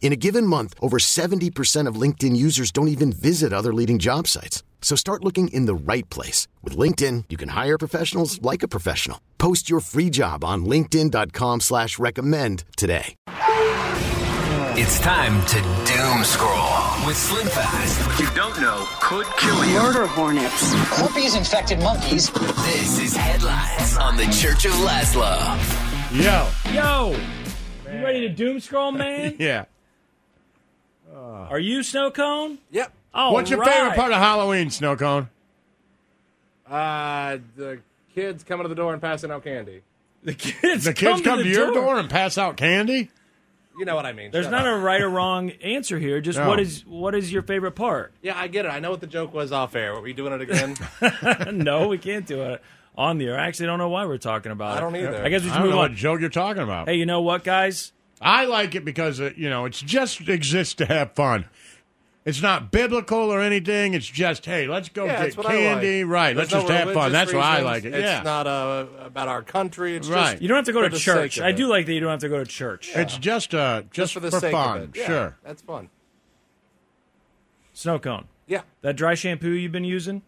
In a given month, over 70% of LinkedIn users don't even visit other leading job sites. So start looking in the right place. With LinkedIn, you can hire professionals like a professional. Post your free job on linkedin.com slash recommend today. It's time to doom scroll with Slim Fast. What you don't know could kill you. Murder hornets. Herpes infected monkeys. This is Headlines on the Church of Laszlo. Yo. Yo, you ready to doom scroll, man? Yeah. Are you snow cone? Yep. Oh, What's your favorite part of Halloween, Snow Cone? Uh, the kids coming to the door and passing out candy. the kids? The kids to come to, the your door and pass out candy? You know what I mean. There's Shut not up. a right or wrong answer here. Just No. what is what is your favorite part? Yeah, I get it. I know what the joke was off air. Are we doing it again? no, we can't do it on the air. I actually don't know why we're talking about it. I don't either. I guess we I should don't move know what on. joke you're talking about. Hey, you know what, guys? I like it because, uh, you know, it's just exists to have fun. It's not biblical or anything. It's just, hey, let's go yeah, get that's what candy. I like. Right. Let's There's no just have fun. religious That's why I reasons. like it. It's yeah. not uh, about our country. It's Right. just You don't have to go for to the church. sake of I it. do like that you don't have to go to church. It's just uh, just, just for the sake fun. of it. Yeah, Sure. that's fun. Snow cone. Yeah, That dry shampoo you've been using,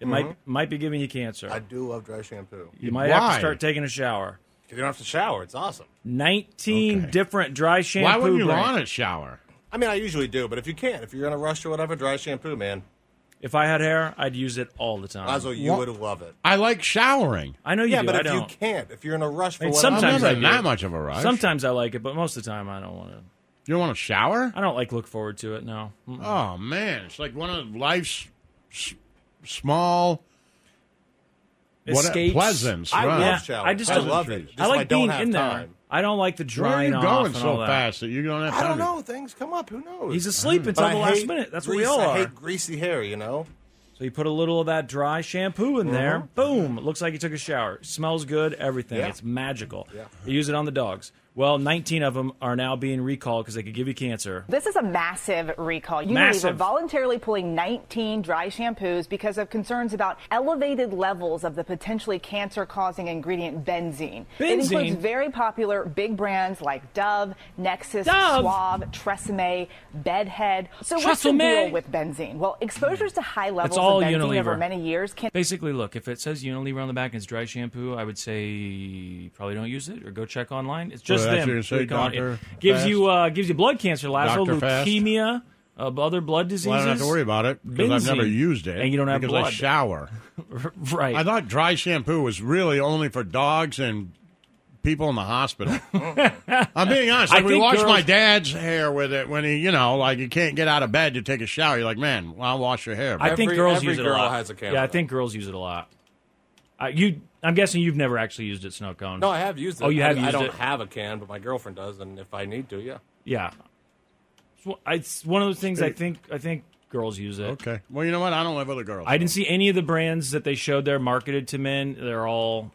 it might might be giving you cancer. Mm-hmm. I do love dry shampoo. you might have Why? to start taking a shower. 'Cause You don't have to shower. It's awesome. 19 Okay. different dry shampoo Why wouldn't you brands. want a shower? I mean, I usually do, but if you can't, if you're in a rush or whatever, dry shampoo, man, If I had hair, I'd use it all the time. Lazo, you What? would love it. I like showering. I know you Yeah, do. but I if you don't. can't, if you're in a rush for I mean, whatever, I'm Sometimes not I in do. that much of a rush. Sometimes I like it, but most of the time I don't want to. you don't want to shower? I don't like look forward to it. No. Mm. Oh man, it's like one of life's s- small, what uh, Escapes. pleasants. I right. Yeah, love showers. I just I don't- love it. Just I like I don't being have in there. time. I don't like the Where are drying you off going and so all that. fast that you don't have I time? don't to- know. Things come up. Who knows? He's asleep But until I the last hate minute. That's what grease, we all I are. hate greasy hair, you know? So you put a little of that dry shampoo in there. Boom! It looks like you took a shower. It smells good. Everything. Uh-huh. Yeah. It's magical. You use it on the dogs. Well, 19 of them are now being recalled because they could give you cancer. This is a massive recall. Unilever Massive. voluntarily pulling 19 dry shampoos because of concerns about elevated levels of the potentially cancer-causing ingredient benzene. It Benzene? includes very popular big brands like Dove, Nexus, Dove? Suave, Tresemme, Bedhead. So what's the Tresemme? deal with benzene? Well, exposures to high levels all of benzene over Unilever. many years can Basically, look, if it says Unilever on the back and it's dry shampoo, I would say probably don't use it or go check online. It's Well, just that's them. what you say, Recall- Dr. it gives you uh, gives you blood cancer, Lazo, Dr. Fast. leukemia, uh, other blood diseases. Well, I don't have to worry about it because I've never Benzene. used it. And you don't have because I blood. shower. Right. I thought dry shampoo was really only for dogs and people in the hospital. I'm being honest. I Like we think wash girls- my dad's hair with it when he, you know, like you can't get out of bed to take a shower. You're like, man, well, I'll wash your hair. I think Every- girls every use it a girl lot. has a camera. Yeah, I think girls use it a lot. I, you, I'm guessing you've never actually used it, snow cone. No, I have used it. Oh, you I, have I used don't it. have a can, but my girlfriend does, and if I need to, yeah. Yeah, it's, one- it's one of those things. I think I think girls use it. okay. Well, you know what? I don't live with a girl. I didn't see any of the brands that they showed there marketed to men. They're all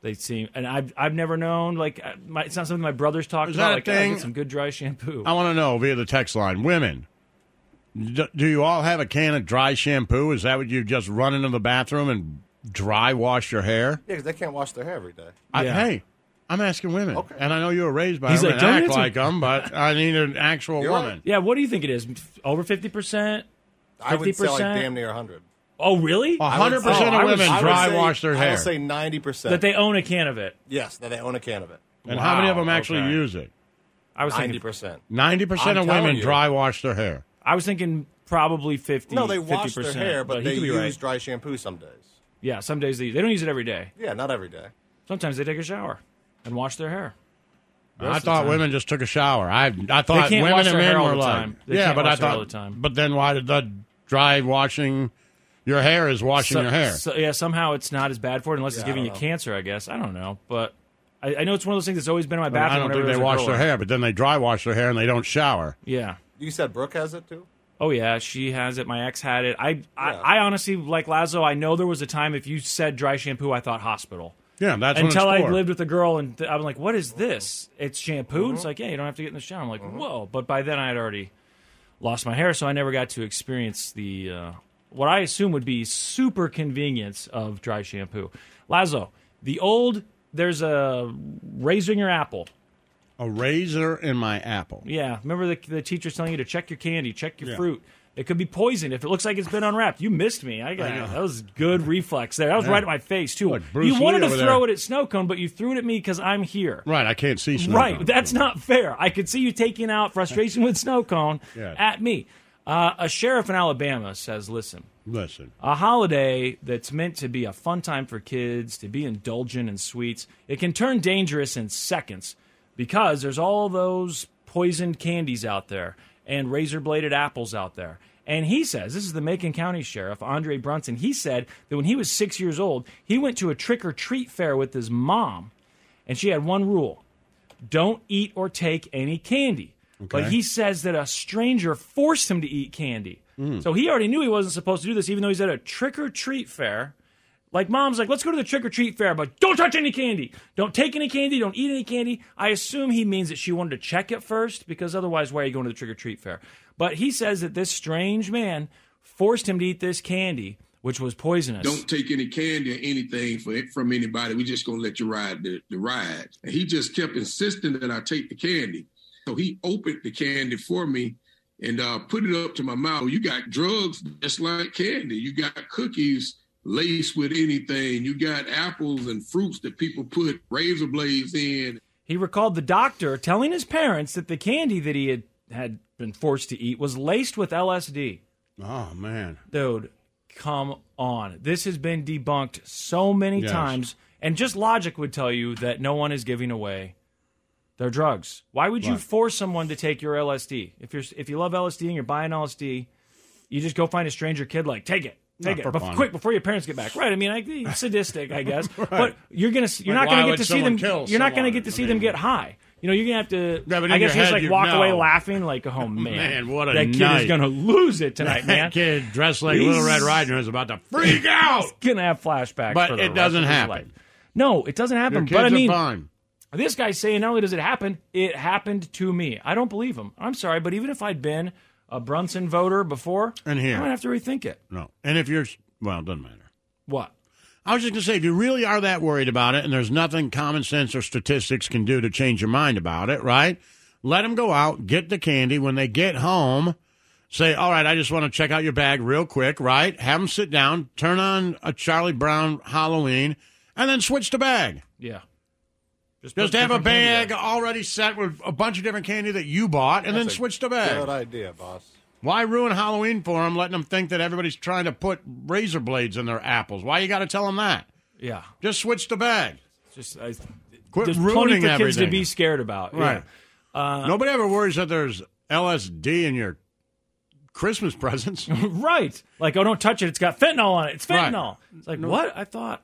they seem, and I've I've never known like I- my, it's not something my brothers talked Is about. that a like I thing? Um, get some good dry shampoo. I want to know via the text line, women. d- Do you all have a can of dry shampoo? Is that what you just run into the bathroom and dry wash your hair? Yeah, because they can't wash their hair every day. I, Yeah. hey, I'm asking women, and I know you were raised by He's them and like, "Don't act answer." like them, but I need an actual You're woman. right. yeah, what do you think it is? Over fifty percent? I would say like 50%? damn near 100. Oh, really? A I would hundred say- percent I of would- women I would dry say- wash their I hair, would say 90%. That they own a can of it. yes, that they own a can of it. and how many of Wow, them actually okay. use it? I was thinking. 90%. Ninety I'm percent of telling women you. dry wash their hair. I was thinking probably fifty. No, they wash 50%, their hair, but, he they could be use right. dry shampoo some days. Yeah, some days they they don't use it every day. Yeah, not every day. Sometimes they take a shower and wash their hair. I thought women just took a shower. I I thought can't women wash and their hair men all were the like, time. They yeah, can't but wash I their hair thought, all the time. but then why did the dry washing your hair is washing So- your hair? so- yeah, somehow it's not as bad for it unless it's giving you cancer. I guess I don't know, but I, I know it's one of those things that's always been in my I bathroom. don't think whenever they there's a wash girl their around. hair, but then they dry wash their hair and they don't shower. Yeah. You said Brooke has it too. Oh yeah, she has it. My ex had it. I, I, Yeah. I honestly like Lazo. I know there was a time if you said dry shampoo, I thought hospital. Yeah, that's what Until it's I for. lived with a girl and th- I'm like, what is this? It's shampoo. Mm-hmm. And it's like, yeah, you don't have to get in the shower. I'm like, whoa. But by then I had already lost my hair, so I never got to experience the uh, what I assume would be super convenience of dry shampoo. Lazo, the old there's a raising your apple. a razor in my apple. Yeah, remember the, the teacher's telling you to check your candy, check your fruit. It could be poisoned if it looks like it's been unwrapped. You missed me. I got that was good reflex there. That was right at my face too. Like Bruce you wanted Lee to over throw there. it at snow cone, but you threw it at me because I'm here. Right, I can't see snow. Right, cone. that's not fair. I could see you taking out frustration with snow cone Yeah. at me. Uh, a sheriff in Alabama says, "Listen, Listen, a holiday that's meant to be a fun time for kids, to be indulgent in sweets, it can turn dangerous in seconds because there's all those poisoned candies out there and razor bladed apples out there. And he says, this is the Macon County Sheriff, Andre Brunson. He said that when he was six years old, he went to a trick or treat fair with his mom, and she had one rule don't eat or take any candy. But he says that a stranger forced him to eat candy. So he already knew he wasn't supposed to do this, even though he's at a trick or treat fair. Like, mom's like, let's go to the trick or treat fair, but don't touch any candy. Don't take any candy. Don't eat any candy. I assume he means that she wanted to check it first, because otherwise, why are you going to the trick or treat fair? But he says that this strange man forced him to eat this candy, which was poisonous. Don't take any candy or anything for, from anybody. we just gonna let you ride the, the ride. And he just kept insisting that I take the candy. So he opened the candy for me and uh, put it up to my mouth. You got drugs just like candy. You got cookies laced with anything. You got apples and fruits that people put razor blades in. He recalled the doctor telling his parents that the candy that he had, had been forced to eat was laced with LSD. oh man, Dude, come on. This has been debunked so many Yes. times. And just logic would tell you that no one is giving away their drugs. Why would you Right. force someone to take your LSD? If you're if you love LSD and you're buying LSD, you just go find a stranger kid like, take it. Take Not it Ah, for Bef- fun. quick before your parents get back. Right? I mean, I, it's sadistic, I guess. But you're gonna you're Like, not gonna why get would to see someone them. kill You're not gonna someone? get to I see them mean- get high. You know, you're gonna have to. Yeah, but in I guess your you head, just like you walk away know. laughing, like, "Oh man, Man, what a that kid is night. gonna lose it tonight, man." that kid dressed like Little Red Riding Hood is about to freak out. He's gonna have flashbacks, But for the it rest doesn't of his happen. life. No, it doesn't happen. Your But I kids mean, are fine. this guy's saying not only does it happen, it happened to me. I don't believe him. I'm sorry, but even if I'd been a Brunson voter before, And here. I might have to rethink it. No, and if you're well, it doesn't matter. What? I was just going to say, if you really are that worried about it, and there's nothing common sense or statistics can do to change your mind about it, right? Let them go out, get the candy. When they get home, say, all right, I just want to check out your bag real quick, right? Have them sit down, turn on a Charlie Brown Halloween, and then switch the bag. Yeah. Just put have a different candy bag already set with a bunch of different candy that you bought, and then switch the bag. Good idea, boss. Why ruin Halloween for them, letting them think that everybody's trying to put razor blades in their apples? Why you got to tell them that? there. Yeah. Just switch the bag. Just I, Quit there's plenty ruining for kids to everything. be Uh, scared about. Yeah. Right. Nobody ever worries that there's LSD in your Christmas presents. Right. Like, oh, don't touch it. It's got fentanyl on it. It's Right. fentanyl. It's like, what? I thought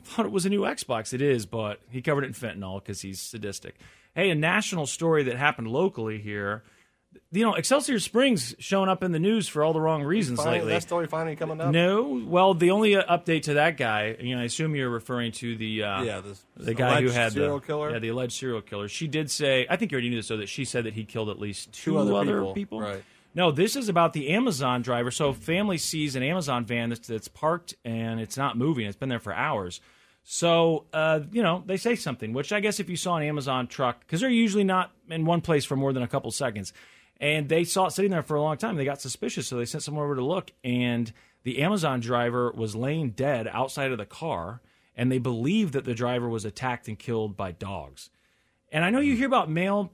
I thought it was a new Xbox. It is, but he covered it in fentanyl because he's sadistic. Hey, a national story that happened locally here. You know, Excelsior Springs showing up in the news for all the wrong reasons Finally, lately. that story finally coming up. No, well, the only uh, update to that guy, you know, I assume you're referring to the uh, Yeah, this the guy who alleged had serial the killer? yeah, the alleged serial killer. She did say, I think you already knew this, though, that she said that he killed at least two, other other people, right. No, this is about the Amazon driver. So, a family sees an Amazon van that's, that's parked and it's not moving. It's been there for hours. So, uh, you know, they say something, which I guess if you saw an Amazon truck, because they're usually not in one place for more than a couple seconds, and they saw it sitting there for a long time, they got suspicious. So they sent someone over to look, and the Amazon driver was laying dead outside of the car, and they believe that the driver was attacked and killed by dogs. And I know you hear about mail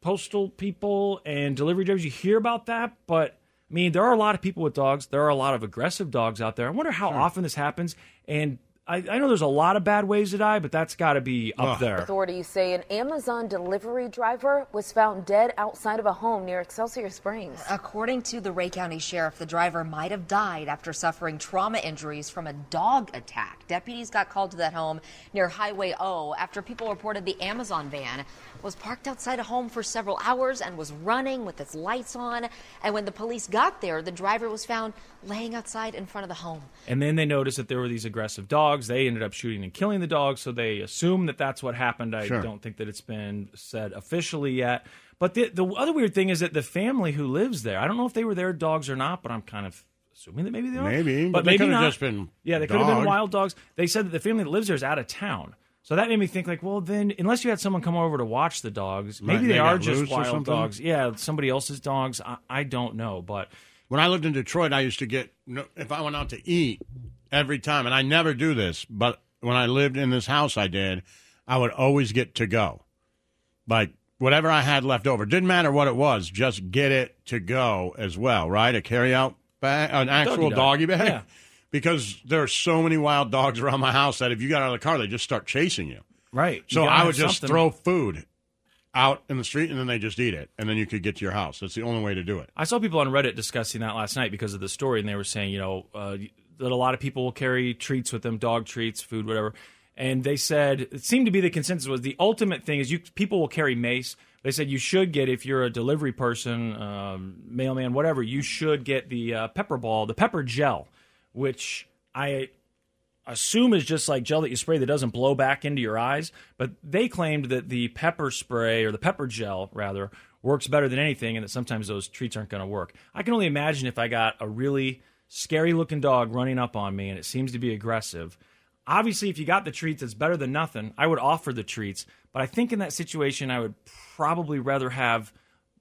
postal people and delivery drivers. You hear about that, but I mean, there are a lot of people with dogs. There are a lot of aggressive dogs out there. I wonder how often this happens. And I, I know there's a lot of bad ways to die, but that's got to be up there. Authorities say an Amazon delivery driver was found dead outside of a home near Excelsior Springs. According to the Ray County Sheriff, the driver might have died after suffering trauma injuries from a dog attack. Deputies got called to that home near Highway O after people reported the Amazon van was parked outside a home for several hours and was running with its lights on. And when the police got there, the driver was found laying outside in front of the home. And then they noticed that there were these aggressive dogs. They ended up shooting and killing the dogs, so they assume that that's what happened. I Sure. don't think that it's been said officially yet. But the, the other weird thing is that the family who lives there, I don't know if they were their dogs or not, but I'm kind of assuming that maybe they are. Maybe, But but they maybe could've not. just been Yeah, they could have been dogs. wild dogs. They said that the family that lives there is out of town. So that made me think, like, well, then unless you had someone come over to watch the dogs, Right, maybe they they, are got just loose or wild something? dogs. Yeah, somebody else's dogs. I, I don't know, but When I lived in Detroit, I used to get no- if I went out to eat every time, and I never do this, but when I lived in this house, I did. I would always get to go, like whatever I had left over. Didn't matter what it was, just get it to go as well, right? A carry out bag, an actual doggy, Doggy dog. bag, Yeah. because there are so many wild dogs around my house that if you got out of the car, they just start chasing you. right. you So gotta I have would just something. throw food out in the street, and then they just eat it, and then you could get to your house. That's the only way to do it. I saw people on Reddit discussing that last night because of the story, and they were saying, you know, uh, that a lot of people will carry treats with them, dog treats, food, whatever. And they said it seemed to be the consensus was the ultimate thing is you people will carry mace. They said you should get if you're a delivery person, um, mailman, whatever. You should get the uh, pepper ball, the pepper gel, which I assume is just like gel that you spray that doesn't blow back into your eyes. But they claimed that the pepper spray or the pepper gel, rather, works better than anything and that sometimes those treats aren't going to work. I can only imagine if I got a really scary looking dog running up on me and it seems to be aggressive. Obviously, if you got the treats, it's better than nothing. I would offer the treats, but I think in that situation, I would probably rather have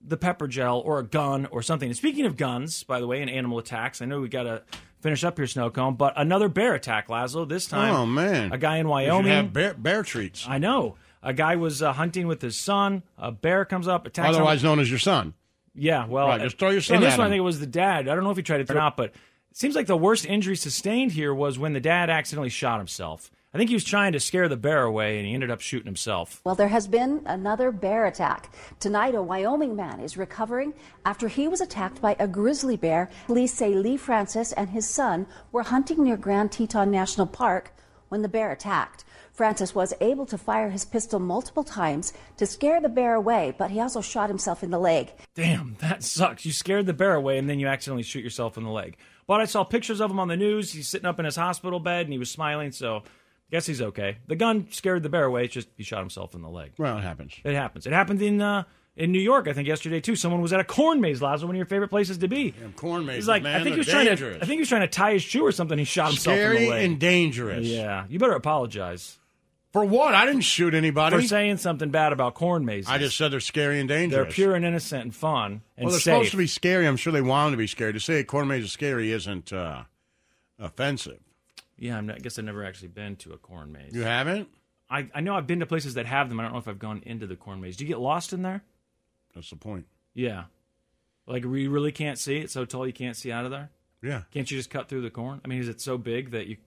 the pepper gel or a gun or something. And speaking of guns, by the way, and animal attacks, I know we got to finish up here, Snow Cone, but another bear attack, Laszlo. This time, Oh, man. a guy in You should Wyoming. have bear, bear treats, I know. A guy was uh, hunting with his son. A bear comes up, attacks him. otherwise known as your son. Yeah, well, Right, just throw your son And this at one, I him. think it was the dad. I don't know if he tried to not, but it seems like the worst injury sustained here was when the dad accidentally shot himself. I think he was trying to scare the bear away, and he ended up shooting himself. Well, there has been another bear attack. Tonight, a Wyoming man is recovering after he was attacked by a grizzly bear. Police say Lee Francis and his son were hunting near Grand Teton National Park when the bear attacked. Francis was able to fire his pistol multiple times to scare the bear away, but he also shot himself in the leg. Damn, that sucks. You scared the bear away and then you accidentally shoot yourself in the leg. But I saw pictures of him on the news. He's sitting up in his hospital bed and he was smiling, so guess he's okay. The gun scared the bear away. It's just he shot himself in the leg. Well, it happens. It happens. It happened in uh, in New York, I think, yesterday too. Someone was at a corn maze, Lazo, one of your favorite places to be. Corn mazes, He's like, man, I think they're he was trying to, dangerous. I think he was trying to tie his shoe or something. He shot himself in Scary the leg. and dangerous. Yeah, you better apologize for what? I didn't shoot anybody for saying something bad about corn mazes. I just said they're scary and dangerous. they're pure and innocent and fun and well, they're safe. supposed to be scary. I'm sure they want them to be scary. To say a corn maze is scary isn't uh, offensive. Yeah, I'm not, I guess I've never actually been to a corn maze. You haven't? I, I know I've been to places that have them. I don't know if I've gone into the corn maze. Do you get lost in there? That's the point. Yeah. Like, we really can't see it. So tall you can't see out of there? Yeah. Can't you just cut through the corn? I mean, is it so big that you,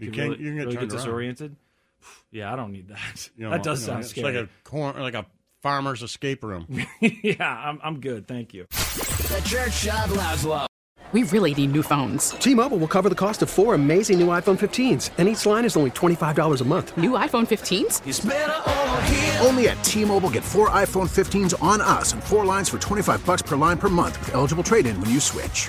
You can can't- really, you can get really turned around. disoriented? Yeah, I don't need that. You know, that does you know, sound it's scary. Like a corn, like a farmer's escape room. yeah, I'm, I'm good. Thank you. The Church of Laszlo. We really need new phones. T-Mobile will cover the cost of four amazing new iPhone 15s, and each line is only $25 a month. New iPhone 15s? Only at T-Mobile, get four iPhone 15s on us and four lines for 25 bucks per line per month with eligible trade-in when you switch.